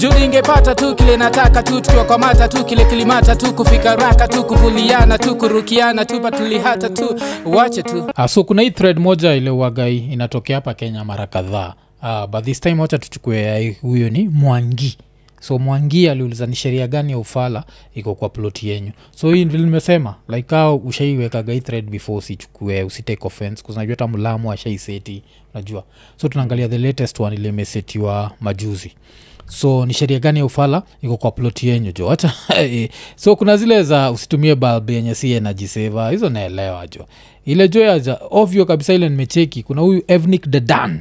juu ningepata tu kile nataka tu tukiwakwamata tu kile kilimata tu kufika raka tu kuvuliana tu kurukiana tu patulihata tu wache tu Ah, so kuna hii thread moja ile wagai inatokea hapa kenya mara kadhaa uh, but this time wacha tuchukue ya hii- huyo ni mwangi so mwangi aliuliza ni sheria gani ya ufala iko kwa ploti yenyu so hii ndilo nimesema like kaa ushaiwekaga hii thread before usichukue usitake offense kuzinajua hata mlamu ashaiseti unajua so tunaangalia the latest one ile imesetiwa majuzi so ni sheria gani ya ufala iko kwa ploti yenyu jo hata so kuna zile za usitumie balb yenye si enajiseva hizo naelewa jo ile jo ya za- ovyo kabisa ile nimecheki kuna huyu evnik dedan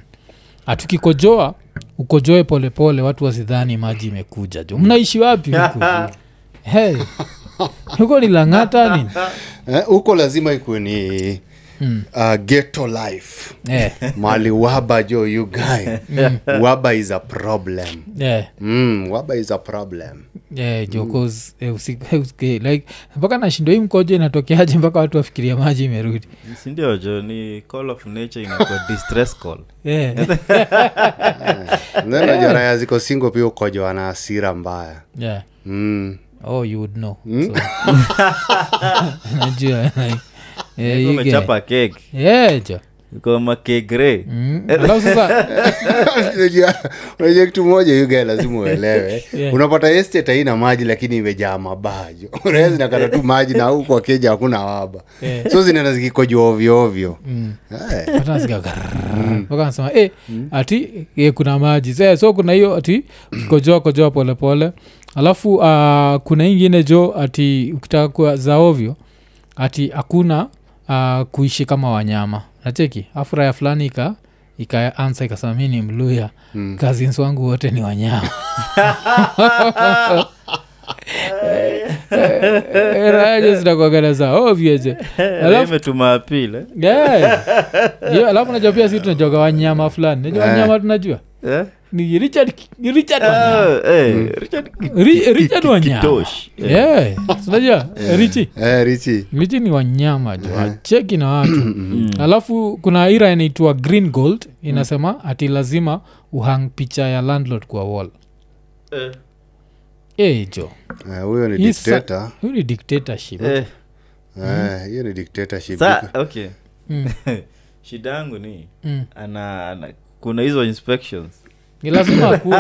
atukikojoa ukojoe polepole watu wasidhani maji imekuja jo mnaishi wapi huku hey, huko ni langata nini Eh, huko lazima ikuwe ni uh, ghetto life eh, Mm. mali waba jo you guy waba is a problem eh. mm, waba is a problem Yeah, jo, 'cause, eh, usi- usi- like, mpaka nashindo hii mkojo inatokeaje mpaka watu wafikiria maji imerudi sindio jo ni call of nature inakuwa distress call yeah. neno jaraya ziko singo pia ukojo ana hasira mbaya yeah. mm. oh you would know so, najua like, yeah, you get- umechapa kek yeah, jo kama kegre Mm. Alafu sasa Unajua- unajua kitu moja you guy lazima uelewe Yeah. unapata estate haina maji lakini imejaa mabajo unaweza zinakata tu maji na huku kwa keja hakuna waba so zinaenda zikikojwa ovyoovyo Mm. Eh. watu nasikia grrrr. Mpaka nasema eh, ati eh, kuna maji so, so kuna hiyo ati kojoa kojoa polepole alafu ah, kuna ingine jo ati ukitaka kuwa za ovyo ati hakuna ah, kuishi kama wanyama nacheki afu raya fulani ika ikaansa ikasema mi ni mluya mm. kazins wangu wote ni wanyama Eh, raja zitakuageleza ovyeje alafu Eh, imetuma eh? apile Yeah. Yeah, alafu najua pia si tunajoga wanyama fulani najua wanyama tunajua Eh? ni richard ni Ah. richard wanyama. Oh, Mm. Ri- richard wanyama Yeah, tunajua richi Eh, richi richi ni wanyama jo cheki na watu alafu kuna ira inaitwa green gold inasema ati lazima uhang picha ya landlord kwa wall Eh, e jo Eh, huyo ni Hii sa- dikteta hiyo ni dictatorship Eh. Eh, hiyo ni dictatorship. sa okay Mm. shida yangu ni Mm. ana, ana kuna hizo inspections ni lazima akuwe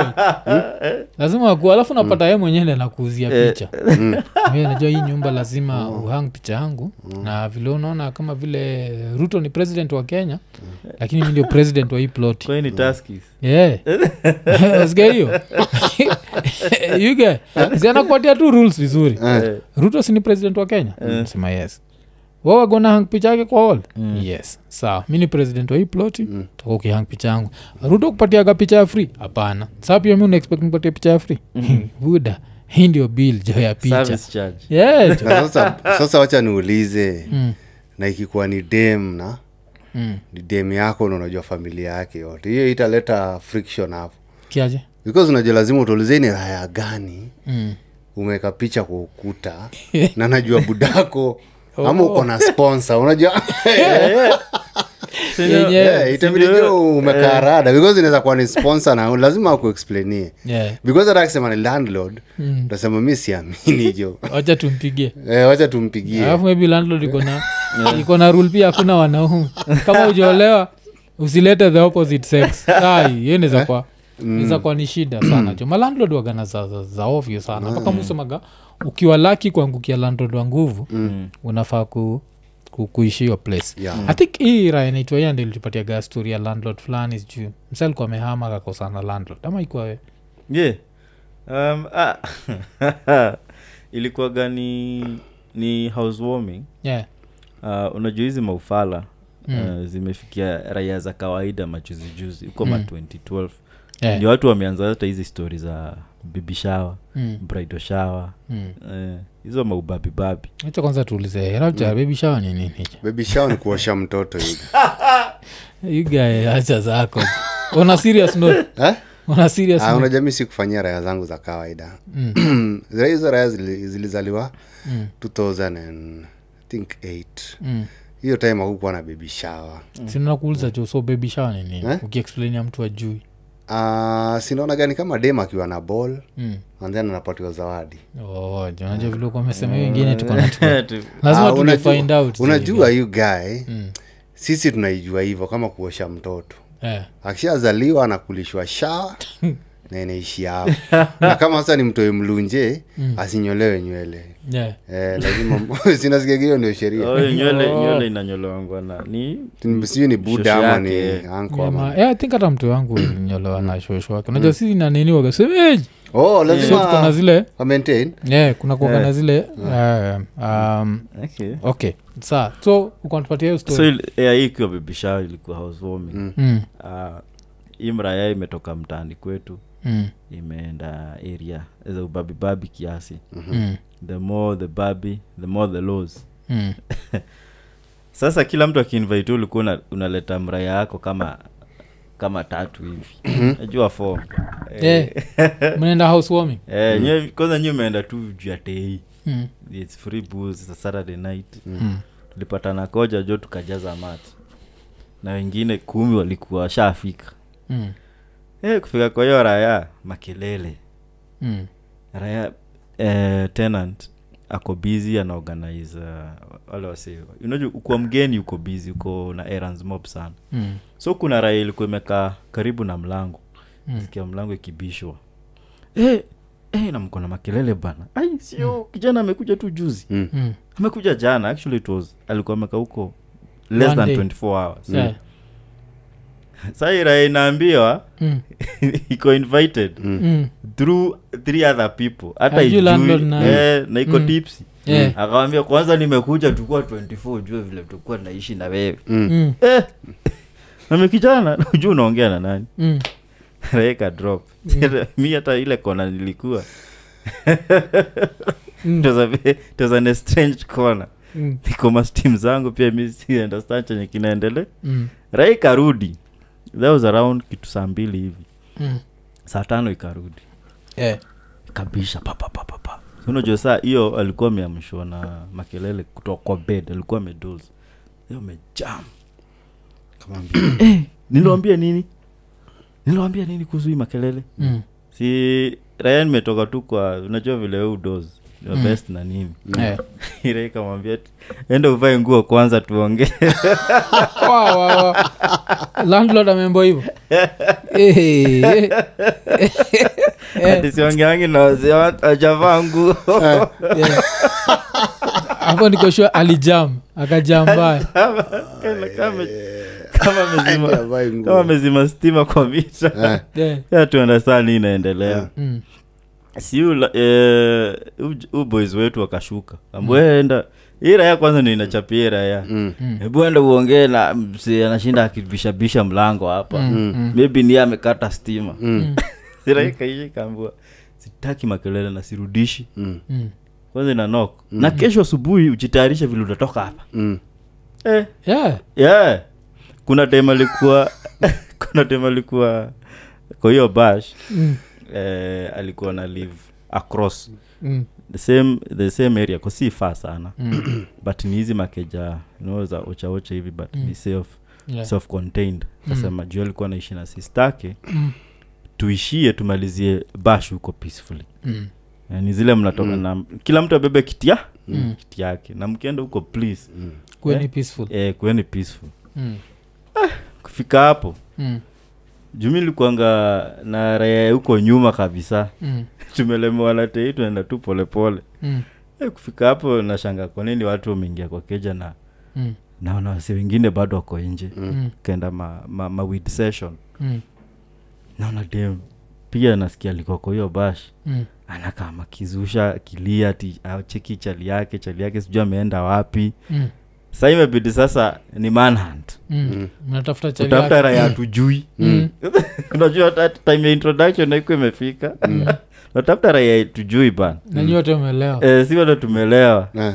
lazima akuwe alafu napata ye mwenyewe ndo anakuuzia picha Mimi najua hii nyumba lazima uhang picha yangu na vile unaona kama vile ruto ni president wa kenya lakini mi ndio president wa hii ploti kwani ni taskis Yeah. Sikia hiyo yuge zianakupatia tu rules vizuri Eh. ruto si ni president wa kenya Mm, sema yes wawagona hang picha yake kwa hol yes sawa mi ni president wa hii ploti Mm. taka ukihang picha yangu ruto kupatiaga picha ya free hapana saa pia mi unaexpect nipatie picha ya free buda hii ndio bill jo ya picha service charge yeah, jo. Na sasa, sasa wacha niulize na ikikuwa ni dem na Mm. ni dem yako na unajua familia yake yote hiyo italeta friction hapo kiaje because unajua lazima utuulize ni raya gani Mm. umeweka picha kwa ukuta na najua budako ama uko na sponsor unajua Yenye- yeah, itabidi jo umekaa rada because inaweza kuwa ni sponsor na lazima akuexplainie yeah. because hata akisema ni landlord Mm. utasema mi siamini jo wacha tumpigie eh, wacha tumpigie alafu maybe landlord iko na iko na rule pia hakuna wanaume kama ujaolewa usilete the opposite sex yeneza kwa neza kwa ni shida sana jo malandlod wagana za, za, za ovyo sana mpaka musemaga ukiwa laki kuangukia landlord wa nguvu unafaa ku ku- kuishi hiyo place Yeah. i think hii raya inaitwa hiya ndio ilitupatiaga stori ya landlord fulani sijuu msa alikuwa amehama kakosana landlord ama ikuwa we yeah. um, ah. ilikuwa gani ni housewarming yeah. uh, unajua hizi maufala mm. uh, zimefikia raia za kawaida majuzijuzi huko ma 2012 Yeah. ndio watu wameanza hata hizi stori za bibi shawa Mm. brido shawa Mm. Eh, hizo maubabibabi hicho kwanza tuulize rabja mm. baby shower ni nini hicho? baby shower ni kuosha mtoto hivi You guy, acha zako on a serious note eh? on a serious Ah, note unajua mi si kufanyia raya zangu za kawaida Mm. Zile- hizo raya zili- zilizaliwa 2008 Mm. hiyo time akukuwa na baby shower sinakuuliza jo so baby shower ni nini Eh? ukiexplainia mtu ajui uh, sinaona gani kama dem akiwa na ball Mm. and then anapatiwa zawadi Oh, unajua vile ulikuwa umesema hiyo ingine tuko na Tu- lazima Ah, tuje unajua- find out Mm. unajua you guy sisi tunaijua hivyo kama kuosha mtoto Eh, akishazaliwa anakulishwa shaa Hmm. na inaishi hapo na kama sasa ni mtoe mlunje Hmm. asinyolewe nywele yeah. eh, lazima sinasikagio ndio Oh, sheria nywele nywele inanyolewangwa na ni sijui ni buda Shosho ama ni yake, anko Yeah, ama ma- yeah, I think hata mtu wangu nyolewa na shosho wake Mm. unajua sisi na nini waga so oh, Eh, tuko na lazima zile wa maintain yeah, kuna kuaga na zile eh, um, okay. okay saa so ukantupatia hiyo so story il- yeah, hii ikiwa bibisha ilikuwa housewarming mm. Mm, hii mraya imetoka mtaani kwetu mm, imeenda area za ubabibabi kiasi Mm-hmm. mm, the more the babi the more the laws mm. sasa kila mtu akiinvite ulikuwa una- unaleta mraya yako kama kama tatu hivi najua form Eh, mnaenda housewarming Eh, nyewe- kwanza nyewe umeenda tu juu ya tei Mm, It's free booze, it's a saturday night tulipatana koja jo tukajaza mati na wengine kumi walikuwa washafika mm, Eh, kufika kwa hiyo raya makelele mm, raya eh, tenant ako busy anaorganize uh, wale wase unajua ukuwa mgeni uko busy uko na errands mob sana mm, so kuna raya ilikuwa imekaa karibu na mlango mm. Hmm. sikia mlango ikibishwa eh, eh, na mkona makelele bana ai sio Hmm. kijana amekuja tu juzi mm. amekuja jana actually it was alikuwa amekaa huko less One than day. 24 hours Yeah. Sasa hii raya inaambiwa Mm, iko invited mm. through three other people hata Ajui ijui, landlord na- eh, na iko tipsi Yeah. akawambia kwanza nimekuja tukua 24 ujue vile tukua naishi na wewe Mm, eh, namekijana ujue unaongea na nani mm. raeka drop mi hata ile kona nilikuwa Mm. It was a- it was an estranged corner Mm. niko mastim zangu pia mi si understand chenye kinaendelea Mm. rai karudi that was around kitu saa mbili hivi Mm. saa tano ikarudi Yeah. kabisha papapapapa unajua saa hiyo alikuwa ameamshwa na makelele kutoka kwa bed alikuwa amedoz hiyo amejam niliwambia nini niliwambia nini kuhusu hii makelele Mm. si raya nimetoka tu kwa unajua vile we udoz your best na nini Yeah. ira ikamwambia ati, ende uvae nguo kwanza tuongee Wa, wa, wa. landlord ameambiwa hivyo Eh, eh, ati siongeangi na wazee wa- wajavaa nguo yeah. hapo nikoshua alijam akajam mbaya Kama- kama- kama amezima- Ndio avae nguo. Eh. kama amezima stima kwa vita Yeah. yeah, tuendastaa ni inaendelea Mm. si huu boys wetu wakashuka ambwenda hii raya kwanza ndo inachapia hii raya hebu enda uongee na msee anashinda akibishabisha mlango mm, hapa maybe niye amekata stima Mm. siraikaishi kaambua sitaki makelele na sirudishi Mm. kwanza ina knock na kesho asubuhi ujitayarishe vile utatoka hapa Mm. eh, Yeah. yeah. kuna dem alikuwa kuna dem alikuwa kwa hiyo bash Mm. eh, alikuwa na live across Mm. the same the same area kwa si faa sana but ni hizi makeja you know, za ochaocha hivi but ni self Yeah. self contained kasema juu alikuwa naishi na sistake tuishie tumalizie bash huko peacefully Mm. Eh, ni zile mnatoka na kila mtu abebe kitia kiti yake na mkienda huko please Kuwe Eh? ni peaceful eh, kuweni peaceful Mm. kufika hapo Mm. jumi likuanga na raya huko nyuma kabisa Mm. tumelemewa na tei tunaenda tu polepole Mm. e, kufika hapo nashanga kwa nini watu wameingia kwa keja na Mm. naona wasi wengine bado wako nje Mm. kaenda ma, ma, ma weed session Mm. naona dem pia nasikia alikuwa kwa hiyo bash Mm. anakaa makizusha kilia ati acheki chali yake chali yake sijui ameenda wapi Mm. sa imebidi sasa ni manhunt Mm. Mnatafuta chali utafuta yake. raya hatujui Mm. unajua hata time ya introduction naiko imefika natafuta raya tujui bana mm, na nyote umeelewa e, si wata tumelewa Eh.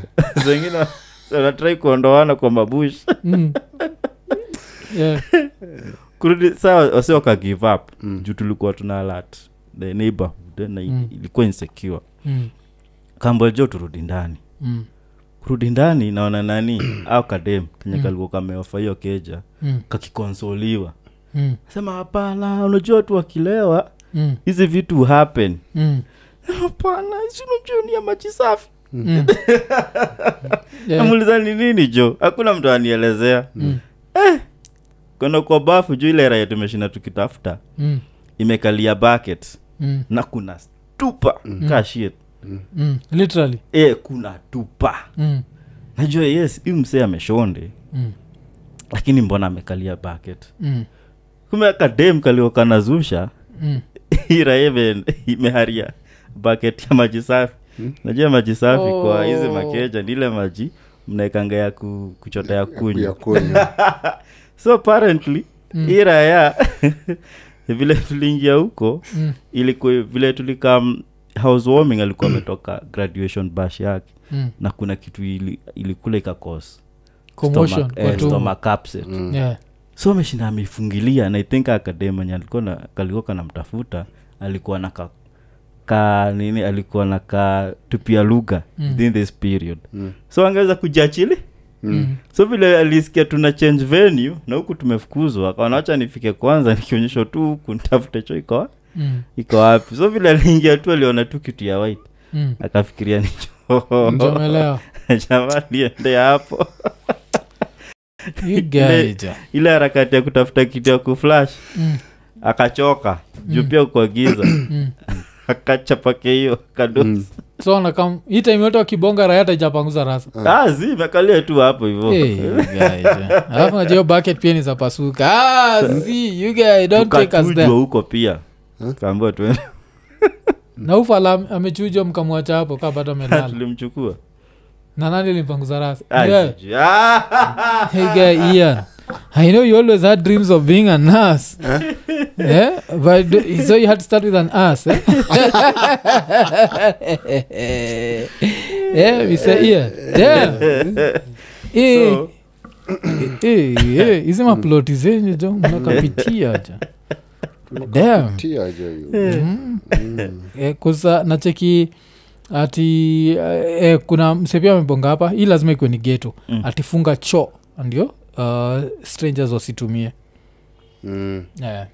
wengine wanatrai kuondoana kwa mabush Mm. Yeah. kurudi saa wase waka give up juu tulikuwa tuna alert the neighborhood na Mm. ilikuwa insecure Mm. kambojo turudi ndani Mm. kurudi ndani naona nani au kadem kenye kalikuwa kameofa hiyo keja Mm. kakikonsoliwa mm, sema hapana unajua watu wakilewa mm, hizi vitu happen mm, hapana si unajua ni ya maji safi mm. yeah. namuuliza ni nini jo hakuna mtu anielezea mm. eh, kwenda kwa bafu juu ile raya tumeshinda tukitafuta mm, imekalia bucket mm, na kuna tupa mm. kashit mm. literally e, kuna tupa mm, najua yes hii msee ameshonde mm, lakini mbona amekalia bucket mm, kume akadem kaliokanazusha mm. iraeven imeharia bucket ya maji safi najua maji safi kwa hizi makeja ndile maji mnaekanga ya ku, kuchota ya ya kunywa kunywa so apparently mm. iraya vile tuliingia huko Mm. ilikuwa vile tulikam housewarming alikuwa ametoka graduation bash yake Mm. na kuna kitu ili, ilikula ikakos Commotion eh, kwa tumbo. Yeah. so ameshinda ameifungilia na i think akademanya alikuwa na kalikuwa kanamtafuta alikuwa na ka, ka nini alikuwa na ka tupia lugha mm. within this period mm. so angeweza kujachili mm. so vile alisikia tuna change venue na huku tumefukuzwa akaonawacha nifike kwanza nikionyesha tu huku ntafute cho iko Mm, iko wapi so vile aliingia tu aliona tu kitu ya white mm. akafikiria ni choo Mjamelewa. jamaa aliende hapo You guys, yeah. ile harakati ya kutafuta kitu ya kuflash Mm. akachoka juu pia kwa giza akachapake hiyo Mm. kadosi so nakam hii time yote wakibonga raya taijapanguza rasa ah, zi imekalia tu hapo hivo Hey, you guys, yeah. alafu najua bucket pia nizapasuka ah, see, you guys, don't take us tukachujwa there. huko pia kaambua tuende na ufala am- amechujwa mkamwacha hapo kaa bado amelala tulimchukua na nani limpanguza rasa Ah, yeah. sijui. Ah! hey guy ian i know you always had dreams of being an ass yeah? but do- so you had to start with an ass eh? yeah we say ian yeah Eh, So, eh, eh, hizi maploti zenyu jo mnakapitia jo Damn. tia jo Hmm. Eh, kusa nacheki ati eh, eh, kuna msepia amebonga hapa hii lazima ikuwe ni geto mm. atifunga cho ndio uh, strangers wasitumie Eh, yeah.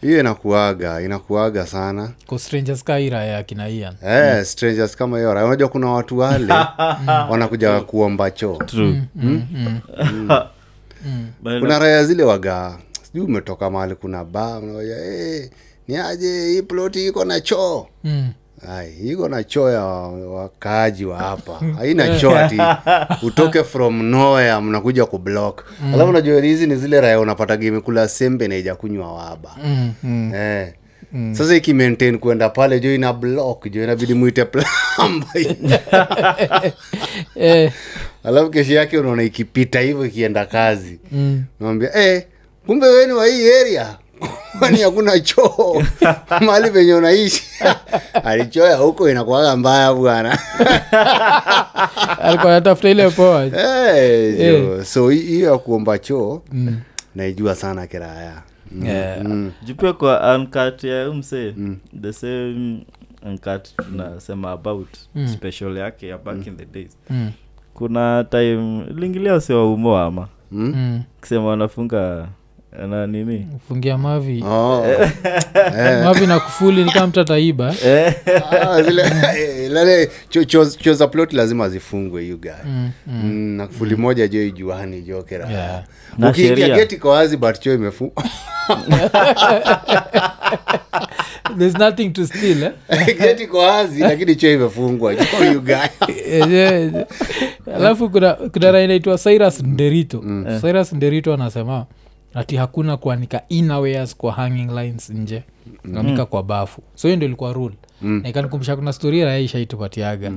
hiyo inakuaga inakuaga sana ko strangers ka ira ya kina ian Eh, strangers kama hiyo ra- unajua kuna watu wale Hmm. wanakuja kuomba choo true. Mm, Hmm? Bana- kuna raya zile wagaa sijui umetoka mahali kuna baa unaoja hey, ni aje hii ploti iko na choo mm. Ai, iko na choo ya wakaaji wa hapa haina choo ati utoke from nowhere mnakuja kublock Mm. alafu najua hizi ni zile raya unapataga imekula sembe na ijakunywa waba Mm. Mm. eh. sasa ikimaintain kuenda pale jo ina block jo inabidi mwite plamba Eh, alafu kesho yake unaona ikipita hivyo ikienda kazi mm. nawambia eh, kumbe weni wa hii area kwani hakuna choo mahali penye unaishi alichoya huko inakuaga mbaya bwana alikuwa anatafuta ile poa Eh, jo. so hi- hiyo ya kuomba choo naijua sana kiraya Mm. Yeah. Mm. juu pia kwa uncut ya huyu msee the same uncut tunasema about special yake ya back in the days Mm. kuna time lingilia wasiwaumoa ama Mm. Mm. kusema wanafunga na nini fungia mavi Oh. mavi na kufuli nikaa mtu ataiba eh. Ah, zile- eh, lale- cho- cho- choo za plot lazima zifungwe you guy mm. mm. Mm, na kufuli moja jo ijuani jo kiraya Yeah. Na ukiingia sheria. geti kwa wazi but choo imefungwa there's nothing to steal eh? geti kwa wazi lakini choo imefungwa choo you guy Eh, eh, eh. alafu kuna kuna raia inaitwa cyrus nderito cyrus nderito anasema ati hakuna kuanika innerwears kwa hanging lines nje unanika kwa bafu so hiyo ndio ilikuwa rule na ikanikumbusha kuna storia raya ishaitupatiaga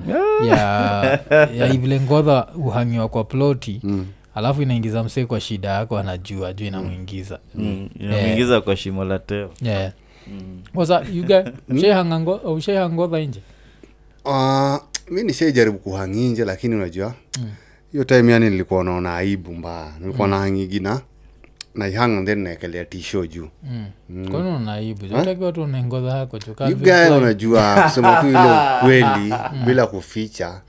ya, ya vile ngodha uhangiwa kwa ploti alafu inaingiza msee kwa shida yako anajua juu inamwingiza Mm, Eh. inamuingiza kwa shimo la teo yeah. Kwanza, you guy, ushaihanga ngo- ushaihanga ngodha nje Uh, mi nishaijaribu kuhangi nje lakini unajua hiyo time yani nilikuwa naona aibu mbaya nilikuwa nahangigina naihang then naekelea tisho juu Mm. kwani unaibu utaki watu unaengodha yako You guy unajua kusema tu ile ukweli bila kuficha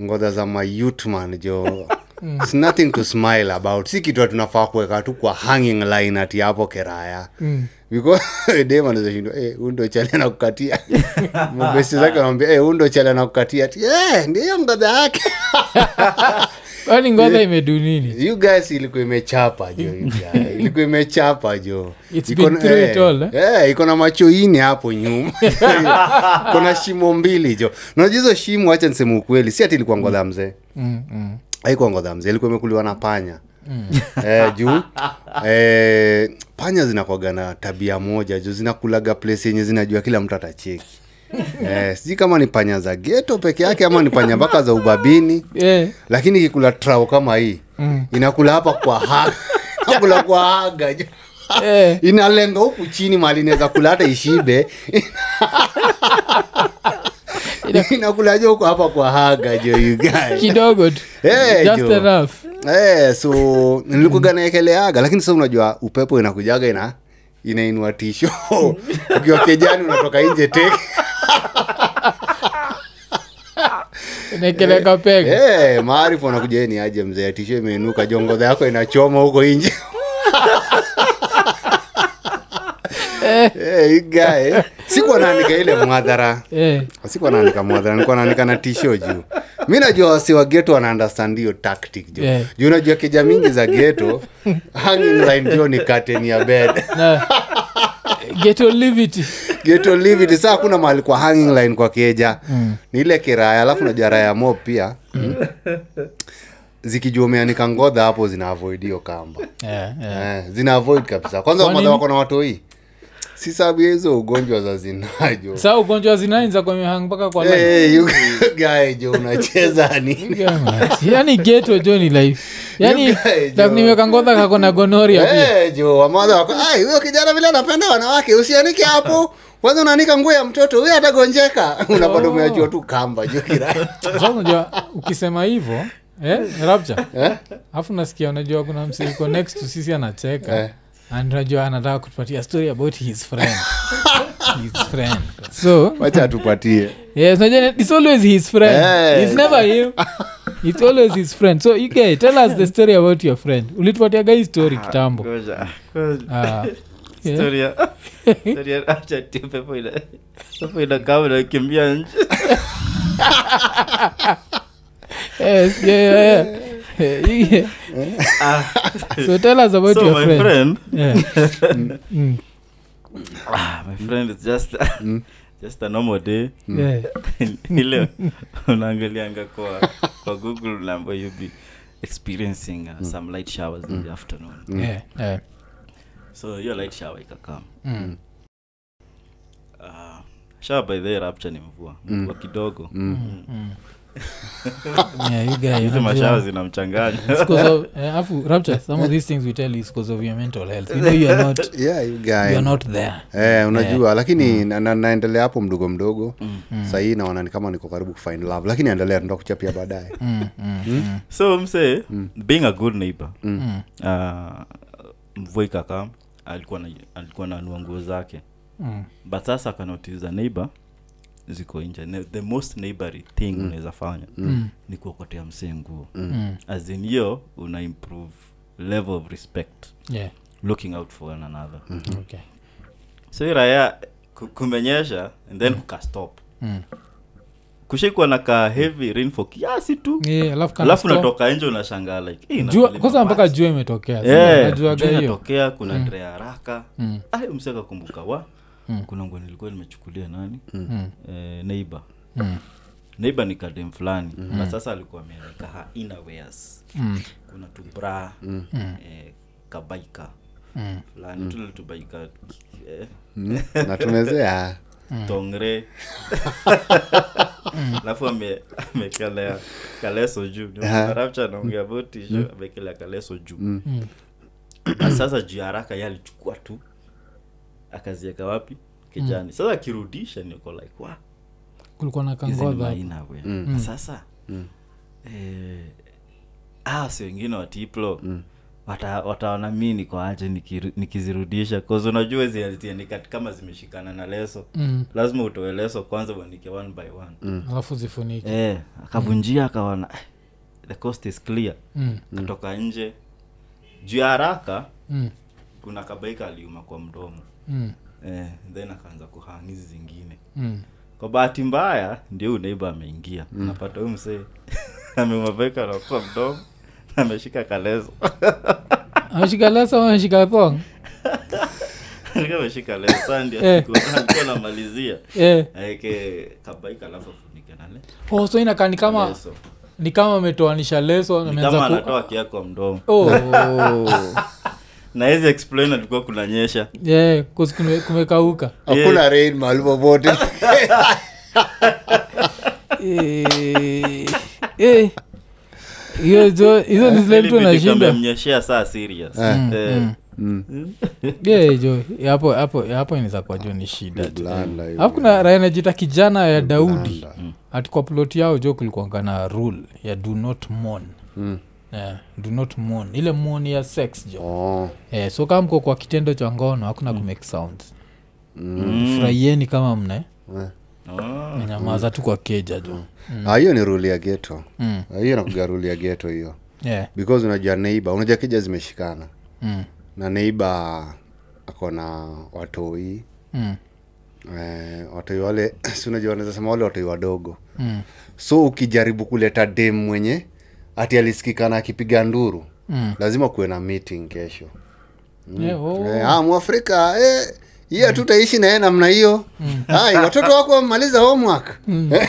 ngodha za mayutman jo It's nothing to smile about si kitu tunafaa kuweka tu kwa hanging line ati hapo keraya because dem anaweza shindwa eh huyu ndio chale na kukatia mabesi zake anamwambia eh huyu ndio chale na kukatia ati eh ndio ngodha yake kwani ngodha Eh. imedunini you guys ilikuwa imechapa jo you guys. ilikuwa imechapa jo It's Iko been na- through eh, it all, eh, iko na macho ini hapo nyuma kuna shimo mbili jo unajua hizo shimo acha niseme ukweli si ati ilikuwa ngodha ya mzee mm, mm. haikuwa ngodha mzee ilikuwa imekuliwa na panya eh, juu eh, panya zinakwaga na tabia moja juu zinakulaga place yenye zinajua kila mtu atacheki eh, sijui kama ni panya za geto peke yake ama ni panya mpaka za ubabini Eh, lakini ikikula trau kama hii mm. inakula hapa kwa ha- inakula kwa haga jo. eh. inalenga huku chini mali inaweza kula hata ishibe inakula jo huko hapa kwa haga jo you guys. kidogo tu Eh, just jo. enough Eh, so nilikuga naekeleaga lakini sasa unajua upepo inakujaga ina inainua tisho ukiwa kejani unatoka nje te nekeleka pega eh, maarifu anakuja "Eh, ni aje mzee tisho imeinuka jongodha yako inachoma huko nje Eh, you guy. sikuwa naandika ile mwadhara Eh, sikuwa naandika mwadhara nilikuwa naandika na tisho juu mi najua wasi wa geto wanaandastand hiyo tactic juu Yeah. juu unajua keja mingi za geto hanging line juu ni curtain ya bed na get your liberty. geto livid saa hakuna mahali kwa hanging line kwa keja Mm. ni ile kiraya alafu najua raya mob pia zikijumeanika ngodha hapo zina avoid hiyo kamba Eh, eh. eh, zina avoid kabisa kwanza Kwa wamadha nini? wako na watoi si sababu ya hizo ugonjwa za zinajo saa ugonjwa wa zinaa inza kwamehang mpaka Eh. kwa line. Hey, you guy jo unacheza nini yani geto jo ni life yani Nimekaa, jo. tak nimeka ngodha kako na gonoria pia Eh, jo wamadha wako "Ai, huyo kijana vile anapenda wanawake usianike hapo kwanza unaanika nguo ya mtoto huyo atagonjeka Oh. unapata umeachiwa tu kamba jo kiraya Sasa unajua ukisema hivo eh, rapture Eh? alafu nasikia unajua kuna msee yuko next to sisi anacheka Eh. and unajua anataka kutupatia story about his friend his friend so wacha atupatie yes, unajua it's always his friend Eh. it's never him it's always his friend so you guy tell us the story about your friend ulitupatia guy story kitambo Ah, Ngoja, ngoja. Ah, yeah. Story ya- story ya Racha ati pepo ina- pepo inakaa inakimbia nje Yes, yeah, yeah, yeah. Yeah. Ah. so tell us about so your my friend, friend Yeah. Mm, ah, my friend is just just a normal day yeah. ile unaangalianga kwa kwa google na ambayo you'll be experiencing uh, some light showers in the afternoon Yeah, yeah. Mm. so hiyo light shower ikakama uh, shower by the way, rapture ni mvua mvua kidogo Yeah, you guy, hizi unajua. mashawa zinamchanganya It's 'cause of- eh, alafu rapture some of these things we tell you is because of your mental health you know you're not yeah, you guy. you're not there Mm. Eh, unajua lakini na, na, naendelea hapo mdogo mdogo mm. sahii naona ni kama niko karibu kufind love lakini endelea tuenda kuchapia baadaye Mm, mm, mm. so msee being a good neighbor Mm. uh, mvua ikakam alikuwa na, alikuwa nanua nguo zake Mm. but sasa akanotiza neighbor ziko nje Ne- the most neighbory thing unaweza fanya ni kuokotea msee nguo Mm. as in hiyo una improve level of respect Yeah, looking out for one another okay. so hii raya ku- kumenyesha and then kukastop Mm. kushikuwa na ka heavy rainfall kiasi tu Yeah, alafu kana alafu store- natoka nje unashangaa like "Eh, jua inafanya kwanza mpaka mabati." jua imetokea so Eh, unajua guy jua hiyo inatokea kuna mm. drea haraka mm. msi akakumbuka wa Mm. kuna nguo nilikuwa nimechukulia nani mm. eh, neighbor Mm. neighbor ni kadem fulani na sasa alikuwa ameandika ha innerwears Mm. kuna tubra mm. eh, kabaika Mm. fulani mm. tulitubaika eh, Mm. na tumezea tongre alafu ame- amekelea kaleso juu rapcha anaongea about tisho amekelea kaleso juu Na sasa juu ya haraka ye alichukua tu akazieka wapi kijani sasa akirudisha niko like wa kulikuwa na hizi ni kangodha maina we Mm. Na sasa eh, ah, si wengine watiplo wata- wataona mi niko aje nikiru- nikizirudisha cause unajua zianikati kama zimeshikana na leso Mm. lazima utoe leso kwanza uanike one by one alafu zifunike eh, akavunjia akaona "Ah, the coast is clear mm, katoka nje juu ya haraka mm, kuna kabaika aliuma kwa mdomo mm, eh, then akaanza kuhang hizi zingine mm. kwa bahati mbaya ndio huyu neiba ameingia napata huyu msee amemabaika na kwa mdomo na ameshika kalezo ameshika leso ama ameshika thong Alikuwa ameshika leso sasa ndio Eh. alikuwa- alikuwa anamalizia eh. aeke kabaika alafu afunike na le- oh, so inakaa ni kama leso ni kama ametoanisha leso ni ameanza kama ku- anatoa kia kwa mdomo Oh, na hizi explain alikuwa kunanyesha yeah, 'cause kume- kumekauka hakuna rain mahali popote Eh, eh. hiyo hizo- hizo Yaani ni zile mtu anashinda Mm, amemnyeshea saa serious Eh, Yeah, jo hapo hapo hapo inaweza kuwa jo ni shida tu. Blanda hiyo. alafu kuna raia anajita kijana ya daudi ati kwa plot yao jo kulikuanga na rule ya do not mourn Mm. yeah, do not mourn ile mourn ya sex jo Oh, yeah, so kama mko kwa kitendo cha ngono hakuna mm. kumake sounds mm. furahieni kama mne oh, menyamaza tu kwa keja jo ah, hiyo ni ruli ya geto Mm. Ah, hiyo nakuga ruli ya geto hiyo yeah. because unajua neiba unajua kija zimeshikana mm. na neiba ako na watoi Mm. eh, watoi wale si unajua wanaweza sema wale watoi wadogo Mm. so ukijaribu kuleta dem mwenye ati alisikikana akipiga nduru Mm. lazima kuwe na meeting kesho Yeah, oh. Mm. Eh, ah, mwafrika eh, hii hatutaishi naye namna hiyo Hai, watoto wako wamemaliza homework Mm.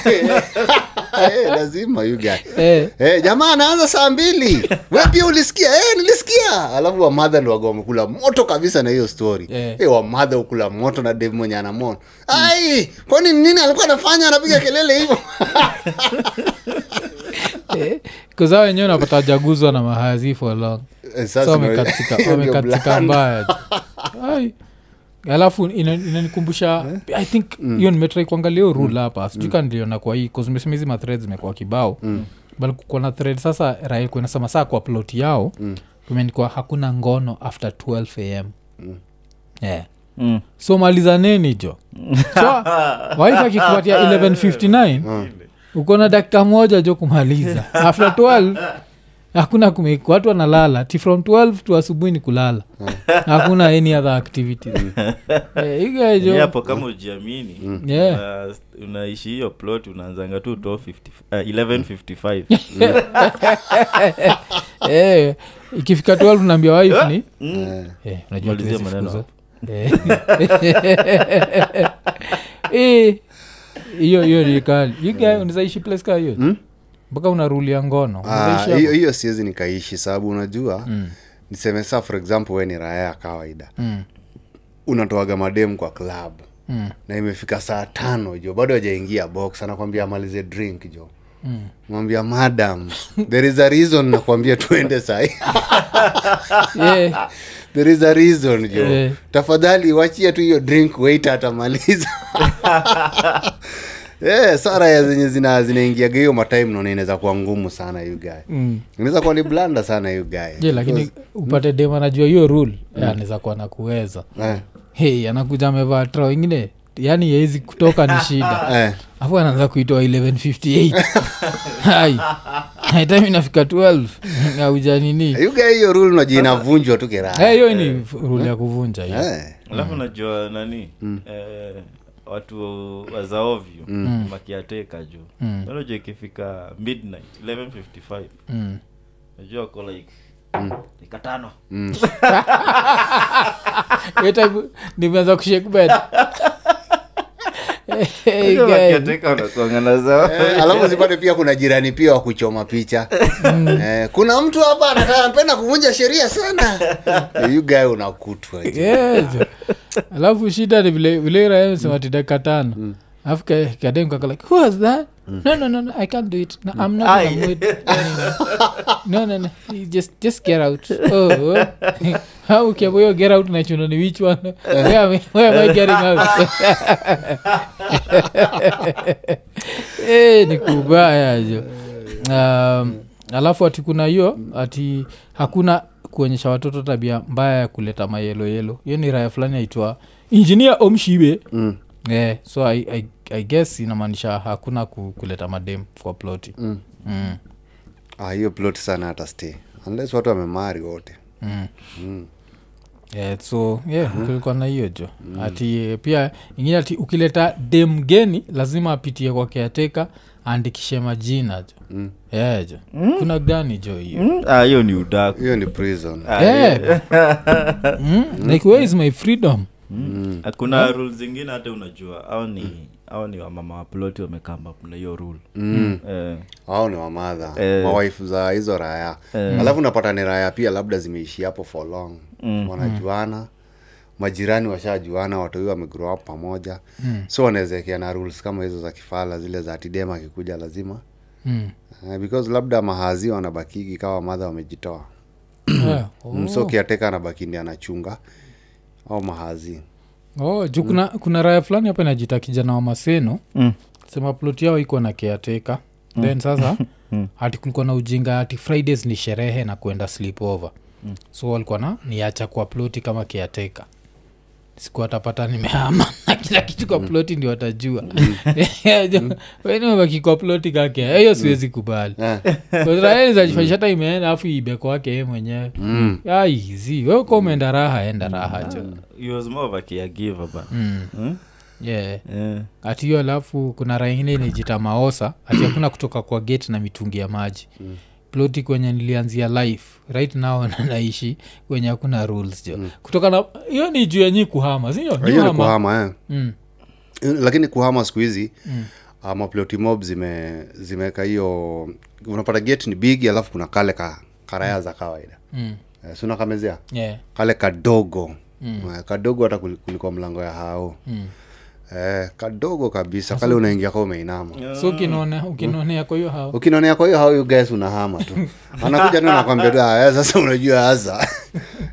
Eh, lazima you guy. Eh, Eh, jamaa anaanza saa mbili we pia ulisikia eh, nilisikia alafu wamadha ndo waga wamekula moto kabisa na hiyo story Eh. eh, wamadha ukula moto na dev mwenye anamona ai kwani ni nini alikuwa anafanya anapiga kelele hivyo eh. kuzaa wenyewe napata wajaguzwa na mahazi for long Eh, So sasa wamekatika ndio wamekatika blanda. mbaya tu. Ai. alafu ina- Eh? inanikumbusha i think Mm. hiyo nimetrai kuangalia hiyo rule hapa sijui ka niliona kwa hii kazimesema hizi mathred zimekuwa kibao Mm. bali kukuwa na thread sasa rail kunasema saa kwa plot yao Mm. kumeandikwa hakuna ngono after 12 am yeah. mm. so malizaneni jo so wife akikupatia 1159 uko na dakika moja jo kumaliza after 12 hakuna kume- watu wanalala ti from 12 to asubuhi ni kulala hakuna any other activity Eh, you guys, Yaani jo hapo kama ujiamini Mm. Yeah. una- unaishi hiyo plot unaanzanga tu 12:50 eh, 11:55 Eh, ikifika 12 unaambia wife ni Eh, unajua Malizia hatuwezi maneno fukuza. Eh. Eh, hiyo hiyo ni kali You guy, unawezaishi place kaa hiyo mpaka una rule ya ngono Ah, Unawezaishi hiyo hapo? hiyo siwezi nikaishi sababu unajua niseme saa for example we ni raya ya kawaida Mm, unatoaga madem kwa club mm, na imefika saa tano jo bado hajaingia box anakwambia amalize drink jo mm. mwambia madam there is a reason nakwambia tuende sai Yeah, there is a reason jo Eh. tafadhali wachia tu hiyo drink wait atamaliza Yeah, sara ya zenye zina zinaingiaga hiyo matime naona inaweza kuwa ngumu sana you guy mm. inaweza kuwa ni blanda sana you guy Je, lakini upate dem anajua hiyo rule Eh, anaweza kuwa na kuweza eh, hey anakuja amevaa tra ingine yaani yaizi kutoka ni shida eh, afu anaanza kuitoa 1158 hai haitami inafika 12 aujanini you guy hiyo rule unajua inavunjwa tu kiraha Eh, hiyo ni f- rule ya kuvunja hiyo eh. alafu unajua nani eh, watu wazaovyo Mm. wakiateka juu unajua ikifika midnight 11:55 Mm. unajua wako like Mm. nikatano Hiyo time nimeanza kushake bed Hey, Unajua guy. wakiateka wanakuanga na zao Eh, alafu zipate pia kuna jirani pia wa kuchoma picha eh, kuna mtu hapa anataka anapenda kuvunja sheria sana you guy unakutwa Yes. alafu shida ni vile vile raemsema tidaka tano alafu kademkakalike who was that no no no no i can't do it no, i'm not in the mood no no no You just just get out oh, oh. how can we get out nachuna ni which one where am I, where am I getting out Eh, ni kubaya jo um, alafu ati kuna hiyo ati hakuna kuonyesha watoto tabia mbaya ya kuleta mayeloyelo hiyo ni raya fulani aitwa injinia omshibe mm. eh, so I, I, i guess inamaanisha hakuna ku, kuleta madem kwa ploti mm. Mm. ah, hiyo plot sana hata stay unless watu wamemari wote mm. Yeah, so yeah, kulikuwa na hiyo jo ati eh, pia ingine ati ukileta de mgeni lazima apitie kwa keateka aandikishe majina jo yeah, jo kuna gani jo hiyo Mm, ah, hiyo ni udaku hiyo ni prison Ah, yeah. mm? like where is my freedom Ah, kuna Hmm? rule zingine hata unajua au ni au ni wamama waploti wamekamba na hiyo rule Hmm. Eh, au ni wamadha mawaifu za hizo raya alafu unapata ni raya pia labda zimeishi hapo for long wanajuana majirani washajuana watu hiyo wamegrow up pamoja so wanaezekea na rules kama hizo za kifala zile za tidema akikuja lazima mm. Eh, because labda mahazi wanabakigi kama madha wamejitoa yeah. Mm, so kiateka anabaki ndi anachunga au mahazi oh, juu kuna, kuna raya fulani hapa inajita kijana wa maseno Mm. sema plot yao iko na keateka then sasa hati kulikuwa na ujinga hati fridays ni sherehe na kuenda sleepover mm. so walikuwa na niacha kwa ploti kama keateka siku atapata nimehama na kila kitu kwa ploti ndio watajua Mm. wenimebaki kwa ploti kake hiyo siwezi kubali kuzraelizajifanyisha hata imeenda afu ibekwake ye mwenyewe mm. aizi weuko umeenda raha enda raha jo he was more of a caregiver, but- Hmm. Mm? yeah. Eh. ati hiyo alafu kuna raha ingine inajita maosa ati hakuna kutoka kwa gate na mitungi ya maji mm. ploti kwenye nilianzia life right now na naishi kwenye hakuna rules jo mm. kutoka na hiyo ni juu yenyi kuhama hiyo ni sinyohama kuhama eh. mm. lakini kuhama siku hizi mm. maploti mob zime zimeweka hiyo unapata gate ni big alafu kuna kale ka karaya za kawaida mm. eh, suna kamezea yeah. kale kadogo mm. eh, kadogo hata kuli- kuliko mlango ya hao mm. eh, kadogo kabisa kale unaingia kwa umeinama so ukinaona ukinaonea kwa hiyo hawa ukinaonea kwa hiyo hao you guys unahama tu anakuja tu nakwambia tu "Ah, sasa unajua hasa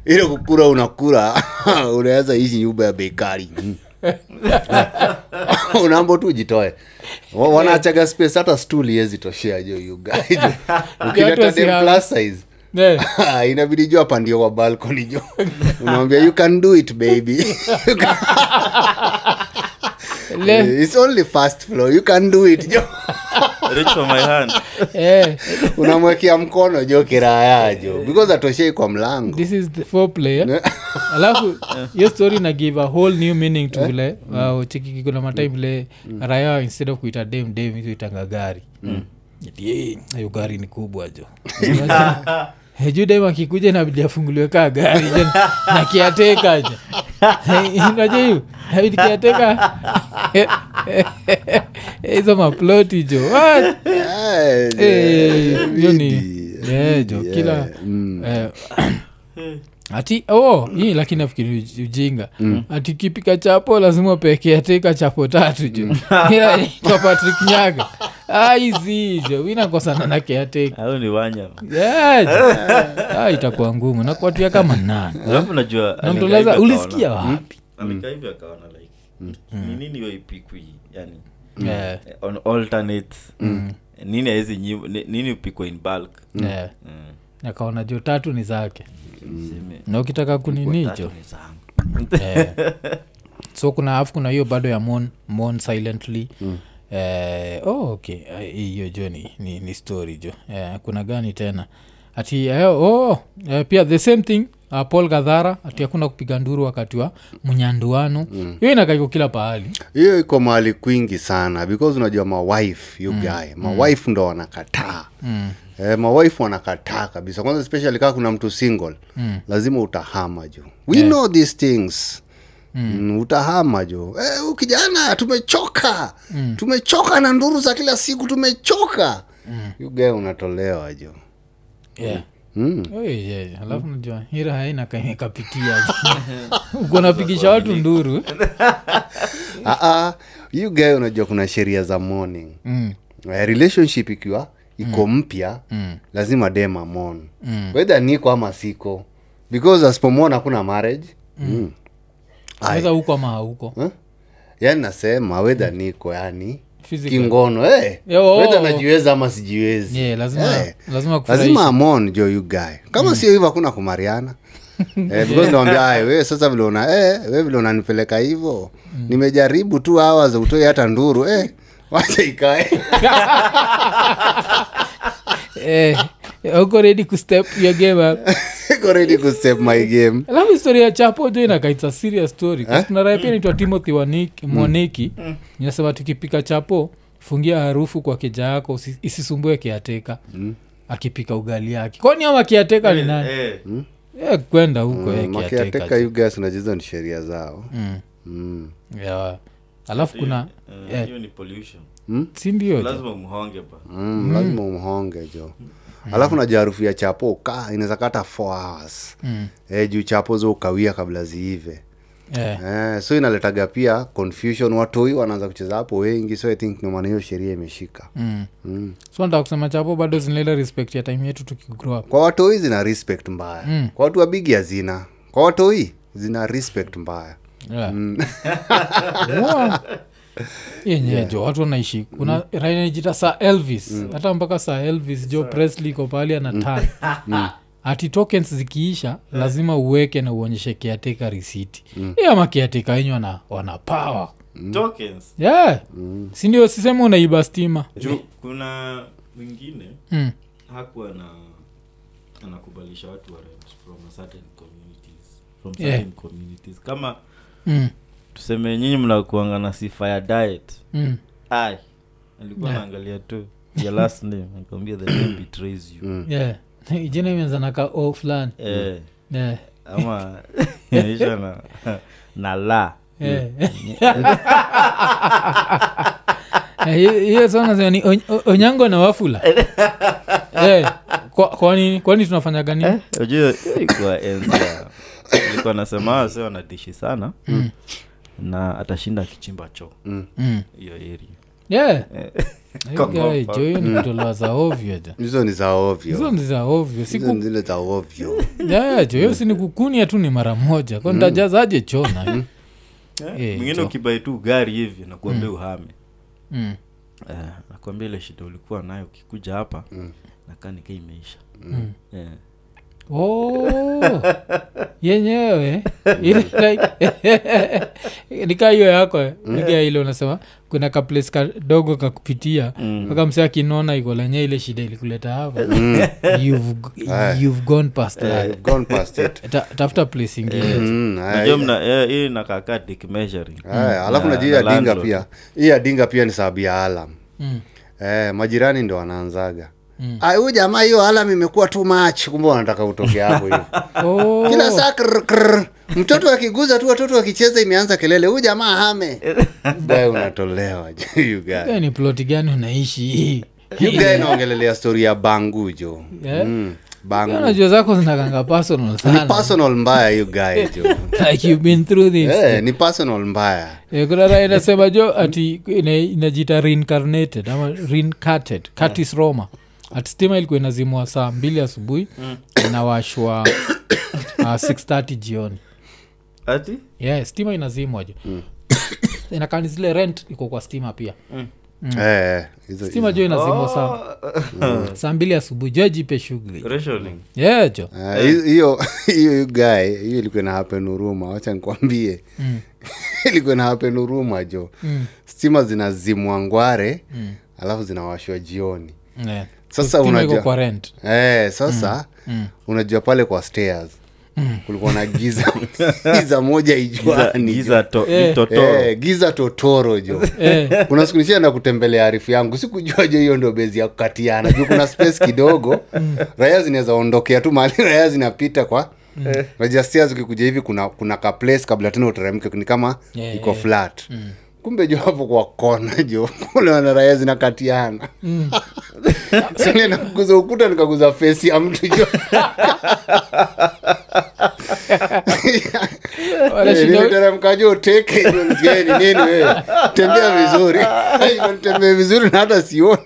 ile kukura unakura unaweza ishi nyumba ya bekari Mm. unaambo tu ujitoe Wa- wanaachaga space hata stool iwezi toshea jo you guys. ukileta wasi dem hawa. plus size yeah. inabidi juu apandio kwa balcony jo unamwambia you can do it baby Le, it's only first floor you can do it jo Reach for my hand. yeah. unamwekea mkono jo kiraya jo because atoshei kwa mlango this is the four player alafu hiyo story na give a whole new meaning to vile uh, chiki kuna matai vile raya instead of kuita dem dem ituitanga gari Eti, "Hey, hiyo gari ni kubwa jo heju dem akikuja inabidi afunguliwe kaa gari jo na kiateka jo naja hiyo nabidi kiateka hizo maploti jo What? Eh, Eh, hiyo ni- bidi. eh, jo, Yeah, kila mm. eh, ati oh, hii lakini nafikiri uj- ujinga Mm. ati ukipika chapo lazima pekeateka chapo tatu Mm. jo Ila ni kwa patrick nyaga Ah, aizijo winakosana na keateka Hao ni wanyama Yeah, jo. Ah, itakuwa ngumu nakuatia kama nani alafu najua alikaa hivi namtoleza akaona- Hmm? ulisikia wapi alikaa hivi akaona like ni nini waipikwi yani Mm. Yeah, eh, on alternate Hmm. nini haizi nyi- ni- nini upikwa in bulk yeah. Mm. nakaona eh, jo tatu ni zake Hmm. Seme, na ukitaka kuninijo "Tatu ni zangu." Eh, so kuna afu kuna hiyo bado ya mon, mon silently mm. eh, oh, okay Eh, hiyo jo ni, ni, ni story jo eh, kuna gani tena ati eh, oh, eh, pia the same thing uh, paul gadhara ati hakuna kupiga nduru wakati wa mnyanduano Mm. hiyo inakaiko kila pahali hiyo iko mahali kwingi sana because unajua mawife you guy mawife ndo wanakataa mm. eh, mawife wanakataa kabisa kwanza especially kaa kuna mtu single mm. lazima utahama juu we know these things Mm. utahama jo Eh, huyu kijana tumechoka mm. tumechoka na nduru za kila siku tumechoka mm. yugae unatolewa Mm. jo yeah. Oi, yeah, yeah. Mm. alafu najua hira haina kapitia uko napigisha watu nduru Aa, Ah, you guy unajua kuna sheria za morning mm. Eh, relationship ikiwa iko mpya mm. lazima dem amon mm. wedha niko ama siko because asipomwona hakuna marriage mm. mm. weza huko ama hauko yaani nasema wedha niko yani Physical. yaani kingono hey, Yo, wedha oh. najiweza ama sijiwezi yeah, lazima, Eh, lazima lazima kufurahisha amon jo you guy kama sio hivyo hakuna kumariana eh, because nawambia "Ai, we sasa vile una eh, we vile unanipeleka hivyo nimejaribu tu hours utoi hata nduru eh, wacha ikae Eh, uko redi kustep your game up Iko ready to step my game alafu historia ya chapo jo inakaitsa serious story tunaraya pia naitwa timothy Waniki- mwaniki inasema tukipika chapo fungia harufu kwa keja yako usi- isisumbue kiateka akipika ugali yake kwani ama kiateka ni nani Eh, Eh, kwenda Mm, huko eh, kiateka makiateka ugas najizo ni sheria zao Mm. mm. Yeah. alafu kuna eh, Eh. hiyo ni pollution simbio lazima mhonge ba Mm, lazima umhonge jo alafu najua harufu ya chapo ka inaweza kata four hours Mm. eh, juu chapo zo ukawia kabla ziive eh, eh, so inaletaga pia confusion watoi wanaanza kucheza hapo wengi so i think ndio maana hiyo sheria imeshika mm. mm. so nataka kusema chapo bado zinaile respect ya time yetu tukigrow up kwa watoi zina respect mbaya Mm. kwa watu wabigi hazina kwa watoi zina respect mbaya Yeah. Wow. yenyewe jo watu wanaishi kuna mm. rainajita saa elvis hata mpaka saa elvis jo presley iko pahali anatani Mm. ati tokens zikiisha lazima uweke na uonyeshe kiateka risiti mm. ama kiateka wenye wana, wana power tokens yeah. sindio sisema unaiba stima juu kuna mwingine mm. hakuwa na anakubalisha watu wa rent from a certain communities from Yeah. certain communities kama Mm. tuseme nyinyi mnakuanga na sifa ya diet Mm. ai alikuwa Yeah. naangalia tu your last name akwambia the name betrays you Yeah. jina imeanza na ka o fulani eh, yeah. ama inaisha na na la Eh. Eh, hiyo- hiyo sasa unasema ni Ony- O- onyango na wafula Eh, kwa- kwani kwani tunafanya Eh? gani ujue ilikuwa enzi ya- ilikuwa nasema "Ah, sasa wanadishi sana na atashinda akichimba choo Mm. hiyo area Yeah. Hiyo Come on, Mm. guy, fuck. jo, hiyo ni kutolewa za ovyo jo. hizo ni za hizo ovyo ni za ovyo hizo siku ni zile za ovyo Mm. Yeah, jo hiyo si ni kukunia tu ni mara moja kwa nitajazaje chona Eh, Eh, mwingine choo. ukibai tu gari hivi nakuambia uhame mm. Eh, nakuambia ile shida ulikuwa nayo ukikuja hapa nakaa nikaa imeisha Mm. Eh. Oh, yenyewe Ile like- nikaa hiyo yako eh. nikaa ile unasema kuna kaplace kadogo kakupitia mpaka msee akinona iko lenye ile shida ilikuleta hapa You've g- you've gone past that. I've gone past it Ta- tafuta place ingine Mm, haya, najua mna eh, hii nakakaa dick measuring haya Eh, alafu Mm. Na- najua na ya dinga landlord. pia hii ya dinga pia ni sababu ya alam Mm. eh, majirani ndo wanaanzaga Ah, huyu jamaa hiyo alam imekuwa too much kumbe wanataka utoke hapo hivo Oh, kila saa krr, krr. mtoto akiguza tu watoto wakicheza imeanza kelele huyu jamaa hame bae unatolewa jo, you guy. hiyo ni ploti gani unaishi hii You guy naongelelea stori ya bangu jo Yeah. mm, bangu najua zako zinakanga personal ni sana personal mbaya you guy jo like you've been through this eh, ni personal mbaya Eh, kuna raha inasema jo ati ina- inajita reincarnated ama reincarted Curtis roma ati stima ilikuwa inazimwa saa mbili asubuhi inawashwa uh, 630 jioni ati yeah, stima inazimwa jo inakaa ni zile rent iko kwa stima pia eh, hizo- Mm. stima jo inazimwa saa Mm. saa mbili asubuhi jo jipe shughuli rationing yeah jo Ah, hiyo- hiyo hiyo you guy hiyo ilikuwa na happen huruma wacha nikwambie Mm. ilikuwa na happen huruma jo stima zinazimwa ngware alafu zinawashwa jioni yeah. Sasa Mm. stima iko unajua- kwa Mm. rent eh, sasa unajua pale kwa stairs Mm. kulikuwa na giza giza moja giza, ijuani giza to, Eh. ni totoro Eh, giza totoro jo Eh. kuna siku nishaenda kutembelea arifu yangu sikujua jo hiyo ndio bezi ya kukatiana juu kuna space kidogo raya zinaweza ondokea tu mahali raya zinapita kwa Mm. rajastia zikikuja hivi kuna kuna ka place kabla tena uteremke ni kama Yeah, iko yeah. Mm. flat kumbe jo hapo kwa kona jo unaona raya zinakatiana sile nakuguza ukuta nikaguza fesi ya mtu jo Wanashinda- nimeteremkaje Eh, uteke hiyo nisikie ni nini wewe tembea vizuri tembea vizuri na hata sioni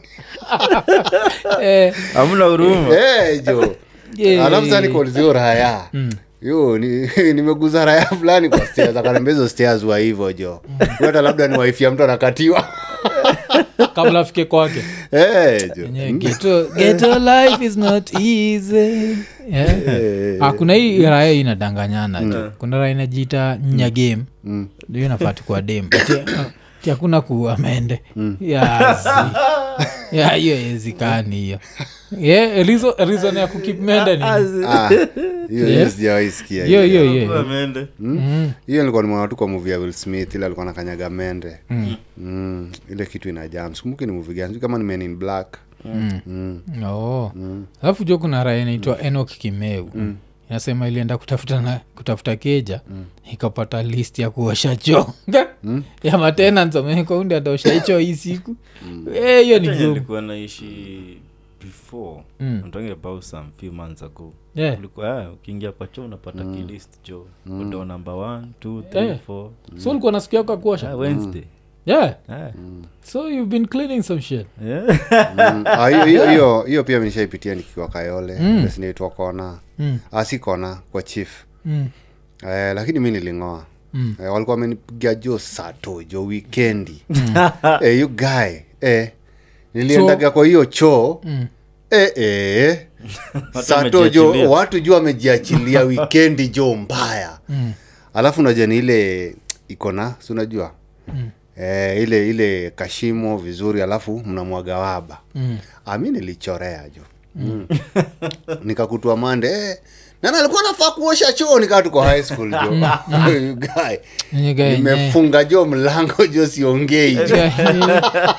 eh, hamna huruma Eh, jo Yeah. alafu sasa nikaulizia raya Mm. yo ni- nimeguza raya fulani kwa stairs akanambia hizo stairs wa hivyo jo hata labda ni waifi ya mtu anakatiwa kabla afike kwake Eh, jo Yenyewe ghetto- ghetto life is not easy. Yeah. Eh. Ah, kuna hii raya inadanganyana Mm. jo. kuna raya inajiita nya game Mm. ndio inafaa tukua dem Ati- ati hakuna ku amende yazi Yeah, hiyo haiwezekani hiyo yeah, reason, reason ya kukip mende ni Ah, hiyo Yes. sijawaisikia hiyo hiyo. hiyo hiyo Amende. hiyo nilikuwa nimeona tu kwa muvi ya will smith ile alikuwa nakanyaga mende mm. ile kitu ina jam sikumbuki ni muvi gani sijui kama ni men in black Oh. alafu jo kuna raya inaitwa enok kimeu inasema ilienda kutafuta na kutafuta keja ikapata list ya kuosha choo ya matenants amekaundi ataosha hicho hii siku Eh, hiyo ni Hata yenye gumu nilikuwa naishi before Mm. I'm talking about some few months ago Yeah. Ulikuwa, ah, ukiingia kwa choo unapata Mm. kilist jo udo namba one two Eh. three four so ulikuwa nasikia kwa Ah, kuosha wednesday yeah Ah, so you've been cleaning some shit yeah. Mm. Ah, hiyo- hiyo hiyo hiyo pia nishaipitia nikiwa kayole mm. sinaitwa kona mm. si kona kwa chief Mm. eh, lakini mi nilingoa mm. eh, walikuwa wamenipiga jo sato jo wikendi eh, you guy eh, niliendaga kwa hiyo choo mm. eh, eh. sato jo wamejiachilia. watu juu wamejiachilia wikendi jo mbaya mm. alafu unajua ni ile iko na si unajua mm. eh, ile ile kashimo vizuri alafu mnamwaga waba mm. ami nilichorea jo mm. nikakutua mande eh, nana alikuwa nafaa kuosha choo nikaa tuko high school jo You guy. Nyiga yenyewe. nimefunga jo mlango jo siongei jo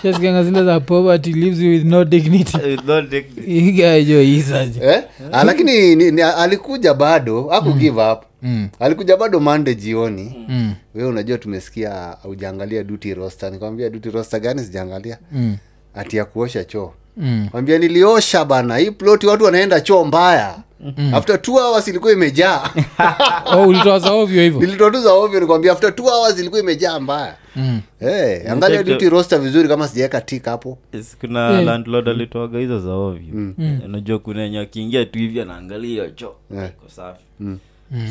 Shasikanga zile za poverty lives you with no dignity With no dignity. igajo isaje eh? Ah, lakini ni, ni, alikuja bado aku give up mm. alikuja bado mande jioni mm. wewe unajua tumesikia ujaangalia duty roster nikwambia duty roster gani sijaangalia mm. ati ya kuosha choo mm. kwambia niliosha bana hii ploti watu wanaenda choo mbaya mm. after two hours ilikuwa imejaa oh, ulitoaza ovyo hivyo nilitotuza ovyo nikwambia after two hours ilikuwa imejaa mbaya mm. hey, angalia Nitaka- duty roster vizuri kama sijaweka tik hapo Yes, kuna yeah. landlord alitoaga hizo za ovyo Eh, unajua kuna yenye akiingia tu hivi anaangalia hiyo choo iko safi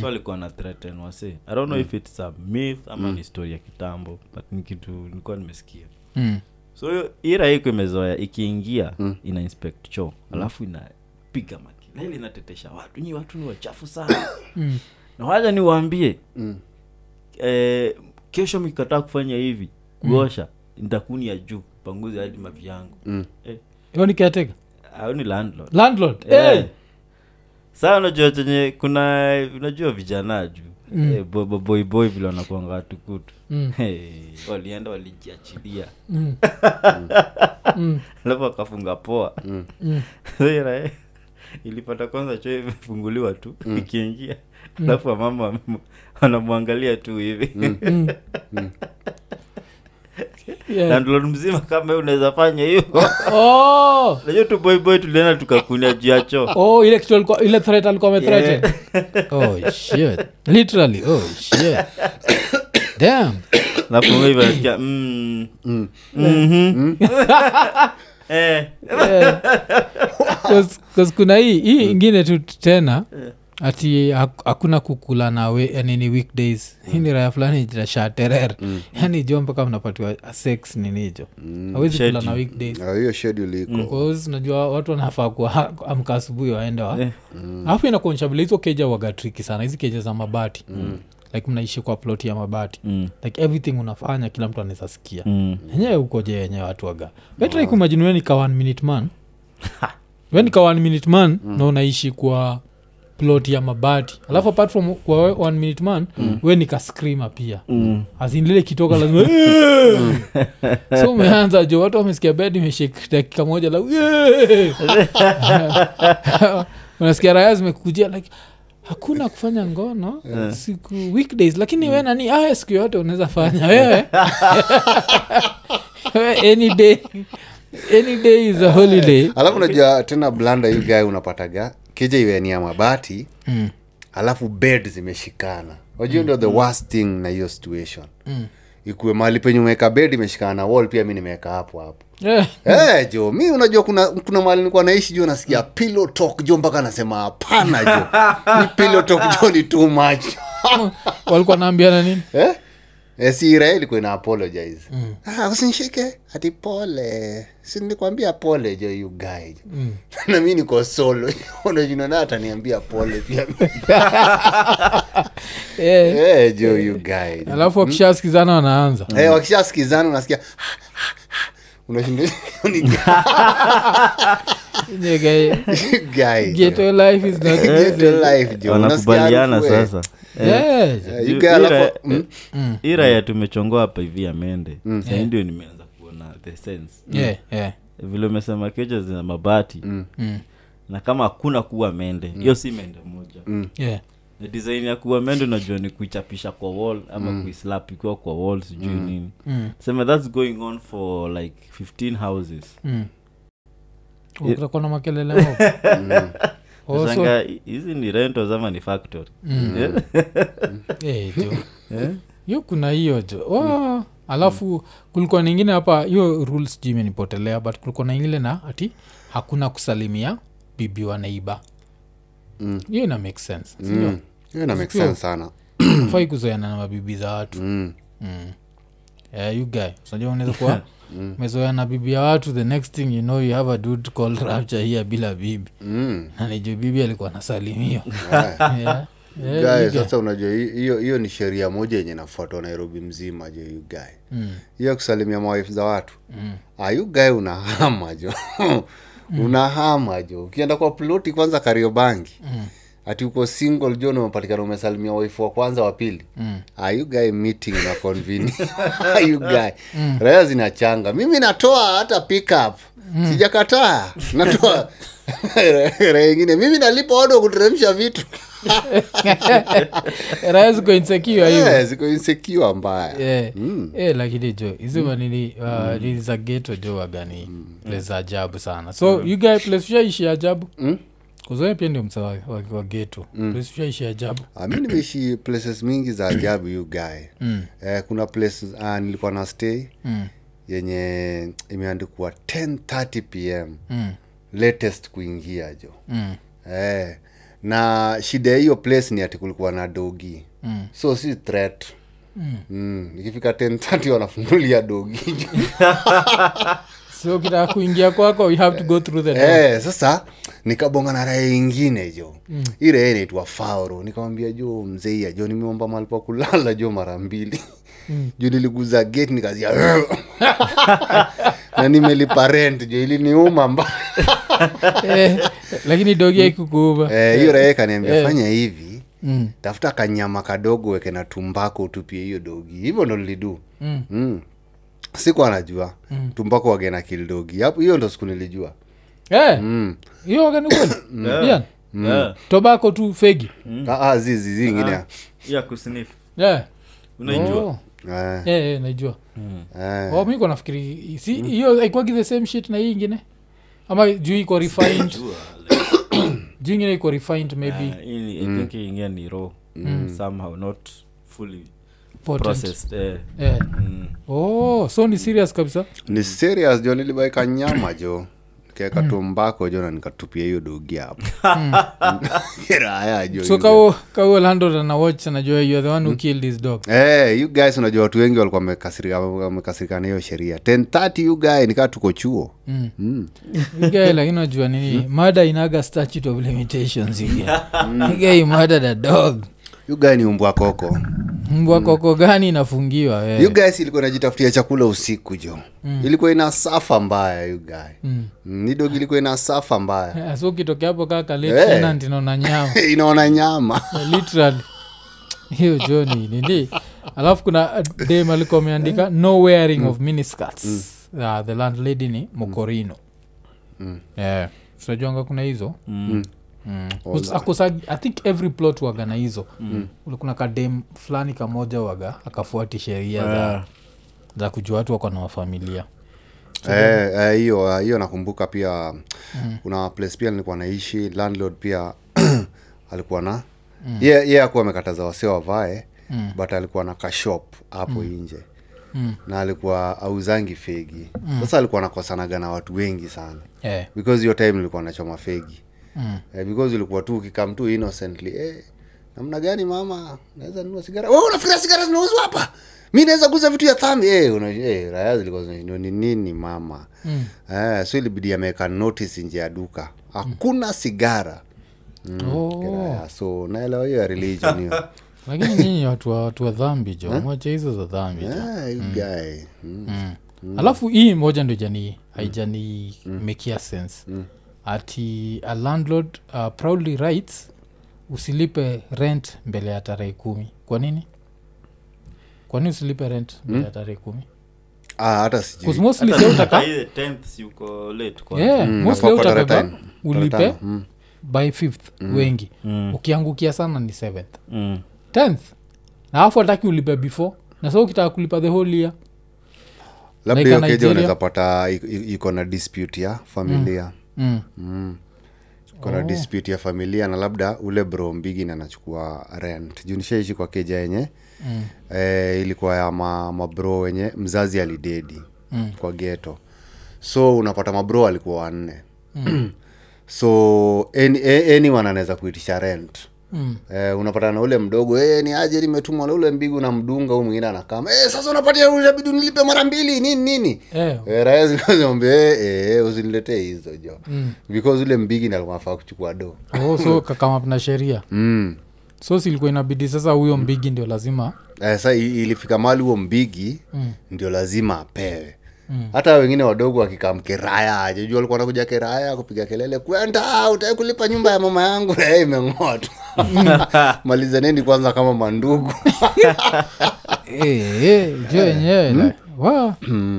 so alikuwa na threaten wase i don't know if it's a myth ama ni story ya kitambo but ni kitu nilikuwa nimesikia Mm. so hiyo- hii raha iko imezoea ikiingia ina inspect choo alafu inapiga makelele inatetesha watu nyi watu ni wachafu sana na waja niwaambie eh, kesho mkikataa kufanya hivi kuosha nitakuni ya juu panguzi hadi mavi yangu eh, hiyo ni caretaker? hao ni landlord landlord Eh. Eh, saa unajua chenye kuna unajua vijana juu Eh, bo- bo- boy boy vile wanakuanga watukutu Hey, walienda walijiachilia alafu wakafunga poa Sasa, eh, ilipata kwanza cho imefunguliwa tu ikiingia alafu wamama wame- wanamwangalia tu hivi yeah. landlord mzima kama we unaweza fanya hiyo oh, najua tu boy boy tulienda tukakunia juu ya choo oh, ile kitu alikuwa ile threat alikuwa amethreaten oh shit literally oh shit damn napomevanasikia mm, mm-hmm. Eh. 'Cause- 'cause kuna hii hii ingine tu tena ati hak- hakuna kukula nawe yani ni weekdays hii ni raya fulani jitashaterer yani jo mpaka mnapatiwa sex ninijo awezi kula na Schedule. weekdays Ah, hiyo schedule iko Because unajua watu wanafaa kuamka asubuhi waende wa alafu inakuonyesha vile hizo keja wagatriki sana hizi keja za mabati like mnaishi kwa ploti ya mabati Mm. like everything unafanya kila mtu anaweza sikia enyewe ukoje enyewe watu waga wetai kumajini we nika one minute man we nika one minute man na unaishi kwa ploti ya mabati alafu apart from kwa we- one minute man we nika skrima pia Mm. asinlile kitoka lazima "Eh!" so umeanza jo watu wamesikia bed imeshik dakika moja la "Yee!" unasikia raya zimekujia like hakuna kufanya ngono siku weekdays lakini we nani aya siku yote unaweza fanya wewe We, any day any day is a holiday alafu unajua tena blanda hii guy unapataga kija iwe ni ya mabati mm. alafu bed zimeshikana wajua ndio the worst thing na hiyo situation mm. ikuwe mahali penye umeweka bed imeshikana na wall pia mi nimeweka hapo hapo Eh, Eh, jo mi unajua kuna kuna mahali nilikuwa naishi jo nasikia pillow talk jo mpaka nasema hapana jo ni pillow talk jo ni too much walikuwa naambiana nini eh? Eh, si Israeli ilikuwa ina apologize ah, usinishike ati pole si nilikwambia pole jo you guy mm. na mi niko solo unajua na ataniambia pole pia Eh, eh, jo you guy alafu wakishasikizana wanaanza eh, wakishasikizana unasikia unashinda ni Nigga, guy ghetto life is not eh. Get your easy. life, Joe. wanakubaliana Unasikia harufu, eh? sasa Yes. Eh, you Ju- guy ila- alafu- mm, eh, ila ya tumechongoa hapa hivi amende sahii Yeah. ndio nimeanza kuona the sense Yeah, yeah. vile umesema kecha zina mabati Mm. na kama hakuna kuwa mende Mm. hiyo si mende moja Yeah. na design ya kuwa mende unajua ni kuichapisha kwa wall ama Mm. kuislap ikiwa kwa wall sijui nini Mm. sema thats going on for like 15 houses Mm. utakuwa na makelele Oh, hapo. Also- Nashangaa, hi- hizi ni rentals ama ni factory Mm. Yeah? Eh, jo. hiyo kuna hiyo jo oh, alafu kulikuwa na ingine hapa hiyo rules juu imenipotelea but kulikuwa na ingine na ati hakuna kusalimia bibi wa neiba Mm. hiyo ina make sense mm. Hiyo ina make sense sana fai kuzoeana na mabibi za watu Mm. yeah, you guy unajua unaweza kuwa Mm. umezoea na bibi ya watu the next thing you know you have a dude called rapture here bila bibi Mm. na nijo bibi alikuwa anasalimiwa Haya. yeah. Yeah, Guy, you guy. sasa unajua hi- hiyo hiyo ni sheria moja yenye nafuatwa nairobi mzima jo you guy hiyo ya kusalimia mawife za watu Ah, you guy unahama jo unahama jo ukienda kwa ploti kwanza kariobangi ati uko single jo na umepatikana umesalimia wife wa kwanza wa pili Ah, you guy meeting na conveni you guy raya zinachanga mimi natoa hata pickup sijakataa natoa raya ingine mimi nalipa odo kuteremsha vitu Raha ziko insecure hivi. Yeah, Eh, ziko insecure mbaya Eh, Mm. eh, lakini jo hizi manini uh, ni za geto jo wagani Mm. place za ajabu sana so you guy place ushaishi ajabu mm? kuzoe pia ndio msa wa, wa, wa geto Mm. place ushaishi ajabu Ah, mi nimeishi places mingi za ajabu you guy eh, kuna place ah, nilikuwa na stay Mm. yenye imeandikwa 1030 pm Mm. latest kuingia jo Mm. eh, na shida ya hiyo place ni ati kulikuwa na dogi Mm. so si threat Mm. ikifika 1030 wanafungulia dogi so ukitaka kuingia kwako you have to go through the door. Eh, sasa nikabonga na raha ingine jo mm. ile inaitwa fauro nikamwambia jo mzeia jo nimeomba mahali pa kulala jo mara mbili mm. juu niliguza gate nikazia na nimelipa rent jo ili niuma mba eh, lakini dogi aikukuuva Eh, hiyo raha kaniambia Eh. fanya hivi Mm. tafuta kanyama kadogo weke na tumbako utupie hiyo dogi hivyo ndo nilidu Mm. mm. siku anajua mm. tumbako wagena kildogi hapo hiyo ndo siku nilijua Eh, mm. hiyo wagani kweli Ian, Mm. Yeah. tobacco tu fegi ah, ah, zizi zi ingine ya kusniff yeah. unaijua Eh. Oh. Eh, Eh, eh, naijua eh. oh, mi kwa nafikiri si hiyo haikwagi the same shit na hii ingine ama juu iko refined juu ingine iko refined maybe Ah, hii ni- I think hii ingine ni raw somehow not fully potent. processed eh. Eh. oh so ni serious kabisa ni serious jo nilibaika nyama jo nikaeka Mm. tumbako jo na nikatupia hiyo dogi hapo raya jo Mm. so you kao kao landlord ana watch anajua you are the Hmm? one who killed his dog guy. Eh, you guys unajua watu wengi walikuwa wamekasirika- wamekasirika na hiyo sheria 1030 you guy nikaa tuko chuo Mm. You guy lakini unajua Hmm? nini mada inaga statute of limitations you guy. You guy mada the dog you guy ni umbwa koko mbwa koko gani inafungiwa eh? wewe? you guys ilikuwa inajitafutia chakula usiku jo ilikuwa ina safa mbaya you guy Mm. Mm, ni dogi ilikuwa ina safa mbaya Eh, so ukitokea hapo kaka Eh. ltnaona nyama Eh, inaona nyama literally hiyo joni nini alafu kuna dem alikuwa ameandika no wearing of miniscats Ah, the landlady ni mokorino yeah. tunajuanga kuna hizo Hmm. Kus- akusagi- i think every plot waga na hizo Ule kuna kadem fulani kamoja waga akafuati sheria za, za kujua watu wako na wafamilia Eh, eh, hiyo eh, hiyo nakumbuka pia kuna place pia nilikuwa naishi landlord pia alikuye na ye ye akuwa amekataza wasee wavae but alikuwa na kashop hapo nje na alikuwa auzangi fegi sasa alikuwa nakosanaga na watu wengi sana yeah. because hiyo time nilikuwa nachoma fegi eh, because ulikuwa tu ukikam tu innocently eh, namna gani mama naweza nunua sigara wewe unafikiria sigara zinauzwa hapa mi naweza kuuza vitu ya thambi eh, una- eh, raya zilikuwa zinashinda, ni nini mama eh, so ilibidi ameweka notice nje ya duka hakuna sigara Oh, Raya, so naelewa hiyo ya religion hiyo Eh? lakini nyinyi watu wa, watu wa dhambi jo mwache hizo za dhambi jo Ah, you guy. Eh? Mm. mm. alafu hii moja ndio jani haijani mm. mekia sense mm. ati a landlord uh, proudly writes usilipe rent mbele ya tarehe kumi kwa nini kwa nini usilipe rent mbele ya tarehe kumi ah, Mm. hata sijui. 'Cause mostly Hata sasa kama utaka- ile 10th si uko late kwa- Yeah, Mm, mostly nakuwa tarehe utakaba tano. Tarehe ulipe tano, mm. by fifth wengi ukiangukia sana ni seventh Mm. tenth na alafu ataki ulipe before na sa ukitaka kulipa the whole year labda Like hiyo a keja Nigeria. unaweza pata i- i- iko na dispute ya familia mm. Oh. iko na dispute ya familia na labda ule bro mbigin anachukua rent juu nishaishi kwa keja yenye mm. eh, ilikuwa ya ma, mabro wenye mzazi alidedi mm. kwa geto so unapata mabro walikuwa wanne mm. so any, a- anyone anaweza kuitisha rent Mm. Eh, unapata na ule mdogo eh, ni aje nimetumwa na ule mbigu na mdunga huu mwingine anakama eh, sasa unapatia inabidi nilipe mara mbili nini nini Eh, Eh, raia zinazoambia "Eh, eh, eh, usiniletee hizo jo because ule mbigi nalikuwafaa kuchukua do oh, so kakama na sheria mm. so silikuwa inabidi sasa huyo mbigi ndio lazima eh, sa i- ilifika mali huo mbigi ndio lazima apewe hata wengine wadogo wakikam kiraya aje juu alikuwa nakuja kiraya kupiga kelele kwenda utai kulipa nyumba ya mama yangu Eh, raya imeng'otwa malizaneni kwanza kama mandugu Eh, eh, jo yenyewe like, wa.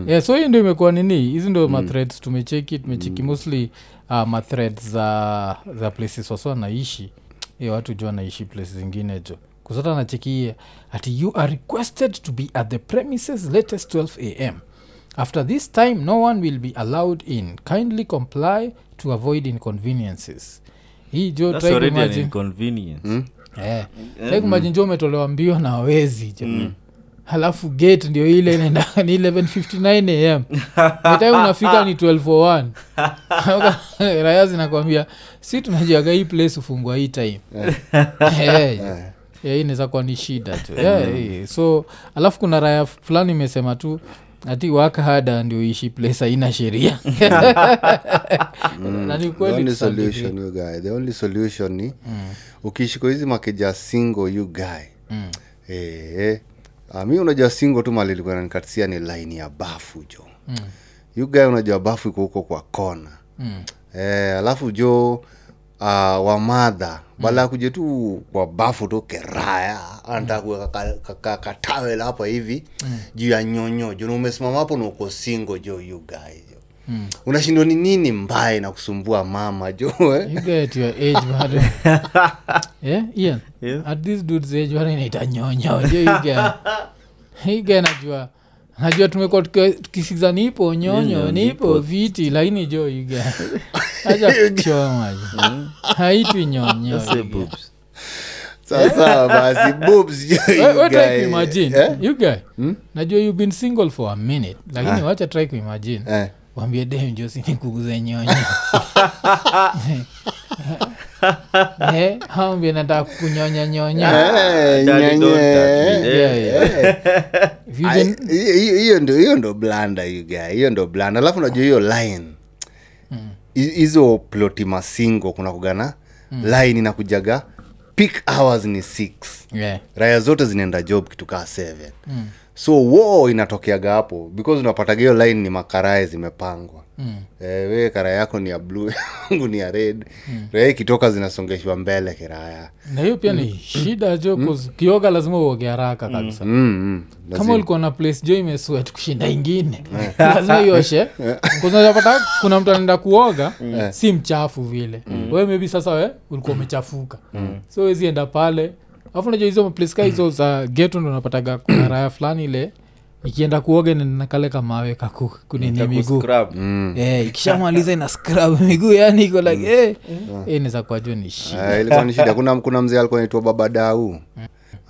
Eh, so hii ndo imekuwa nini hizi ndo mathreads tumecheki tumecheki mostly uh, mathreads za za places wasa wanaishi e watu jo wanaishi places zingine jo kusota nachekiie ati you are requested to be at the premises latest 12 am after this time no one will be allowed in kindly comply to avoid inconveniences hii jo That's try already an kuimagine- inconvenience. Eh. Mm. Like imagine jo umetolewa mbio na wezi jo halafu gate ndio ile inaenda ni 1159 am metai unafika ni 1201 raya zinakwambia si tunajuaga hii place ufungwa hii time Eh, eh, hii inaweza kuwa ni shida tu Eh, eh, so alafu kuna raya fulani imesema tu ati work hard ndio ishi place haina sheria na ni the kweli only to some degree. solution you guy the only solution ni ukiishi kwa hizi makeja single you guy mm. eh, ah, mi unajua single tu mali ilikuwa inanikatisia ni line ya bafu jo mm. you guy unajua bafu iko huko kwa kona mm. eh, alafu jo uh, wamadha bala Mm. ya kuja tu kwa bafu tu keraya anataka kuweka kakatawela ka, ka, katawela hapa hivi Mm. juu ya nyonyo jo na umesimama hapo na uko single jo you guy jo Mm. unashindwa ni nini mbaya na kusumbua mama jo eh? you get your age bado yeah, Ian, Yeah. at this dude's age bado inaita nyonya unajua hii guy. Hii guy najua najua tumekuwa tuki- tukisikiza nipo nyonyo nipo viti lakini jo iga acha kuchoma jo. haitwi nyonyo Say you guy. boobs. Eh. sasa basi boobs jo We- you we try guy. kuimagine Eh? you guy najua you've been single for a minute Ah. lakini wacha try kuimagine Eh. wambie dem josi nikuguze nyonya Eh, hawambie nataka kukunyonya nyonya Eh, Ah, Daddy, don't nyenye. touch Eh, me. Eh. Yeah, yeah. If you Ai- can- hiyo- hiyo hiyo ndo hiyo ndo blanda you guy hiyo ndo blanda alafu unajua hiyo line Hi- hizo ploti masingo kuna kugana line inakujaga peak hours ni six Yeah. raya zote zinaenda job kitu kaa seven so wo inatokeaga hapo because unapataga hiyo line ni makarae zimepangwa mm. eh, we karaya yako ni ya blue yangu ni ya red mm. raya ikitoka zinasongeshwa mbele kiraya na hiyo pia ni shida jo 'cause ukioga lazima uoge haraka kabisa mm, mm. kama ulikuwa na place jo imeswet kushinda ingine lazima ioshe kuzapata kuna mtu anaenda kuoga si mchafu vile we maybe sasa we ulikuwa umechafuka so wezi enda pale afu najua hizo place ka hizo za geto ndo unapataga kuna raya fulani ile ikienda kuoga inaenda kale kamawe kaku kunini miguu Scrub. Eh, ikishamaliza ina scrub miguu yani iko like eh, eh, inaweza kuwa jo ni shida Ah, ilikuwa ni shida kuna, kuna mzee alikuwa naitwa baba dau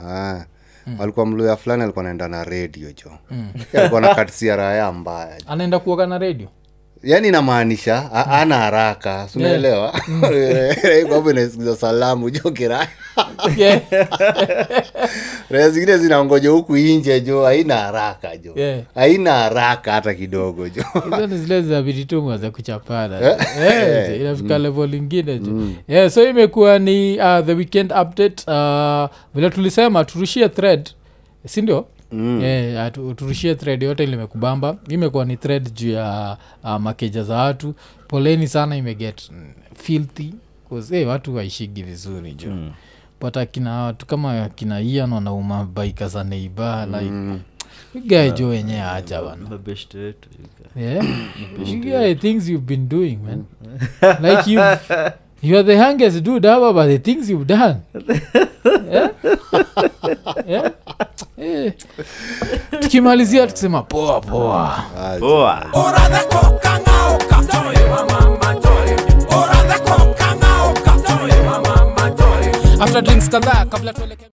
ah, alikuwa mluya fulani alikuwa naenda na redio jo alikuwa na katisia raya mbaya anaenda kuoga na redio yaani inamaanisha a- ana haraka Eh, sunaelewa kwamba inasikiza salamu jo kiraya yeah, raya zingine zinaongoja huku inje jo haina haraka jo Yeah. haina haraka hata kidogo jo hizo ni zile zinabidi tu mwaze kuchapana Eh, Mm. inafika level ingine tu yeah, so imekuwa ni uh, the weekend update uh, vile tulisema turushie thread sindio mm. e, turushie thread yote limekubamba imekuwa ni thread juu ya uh, makeja za watu poleni sana imeget mm, filthy 'cause, eh, watu waishigi vizuri jo mm but akina watu kama akina ian wanauma baika za neiba like mm. gae jo wenyewe aja bana mabeshte wetu yuka. yeah you guy, things you've been doing man like you you're the youngest dude hapa but the things you've done yeah? yeah? Eh. tukimalizia tukisema poa poa poa after drinks kadhaa kabla tuelekee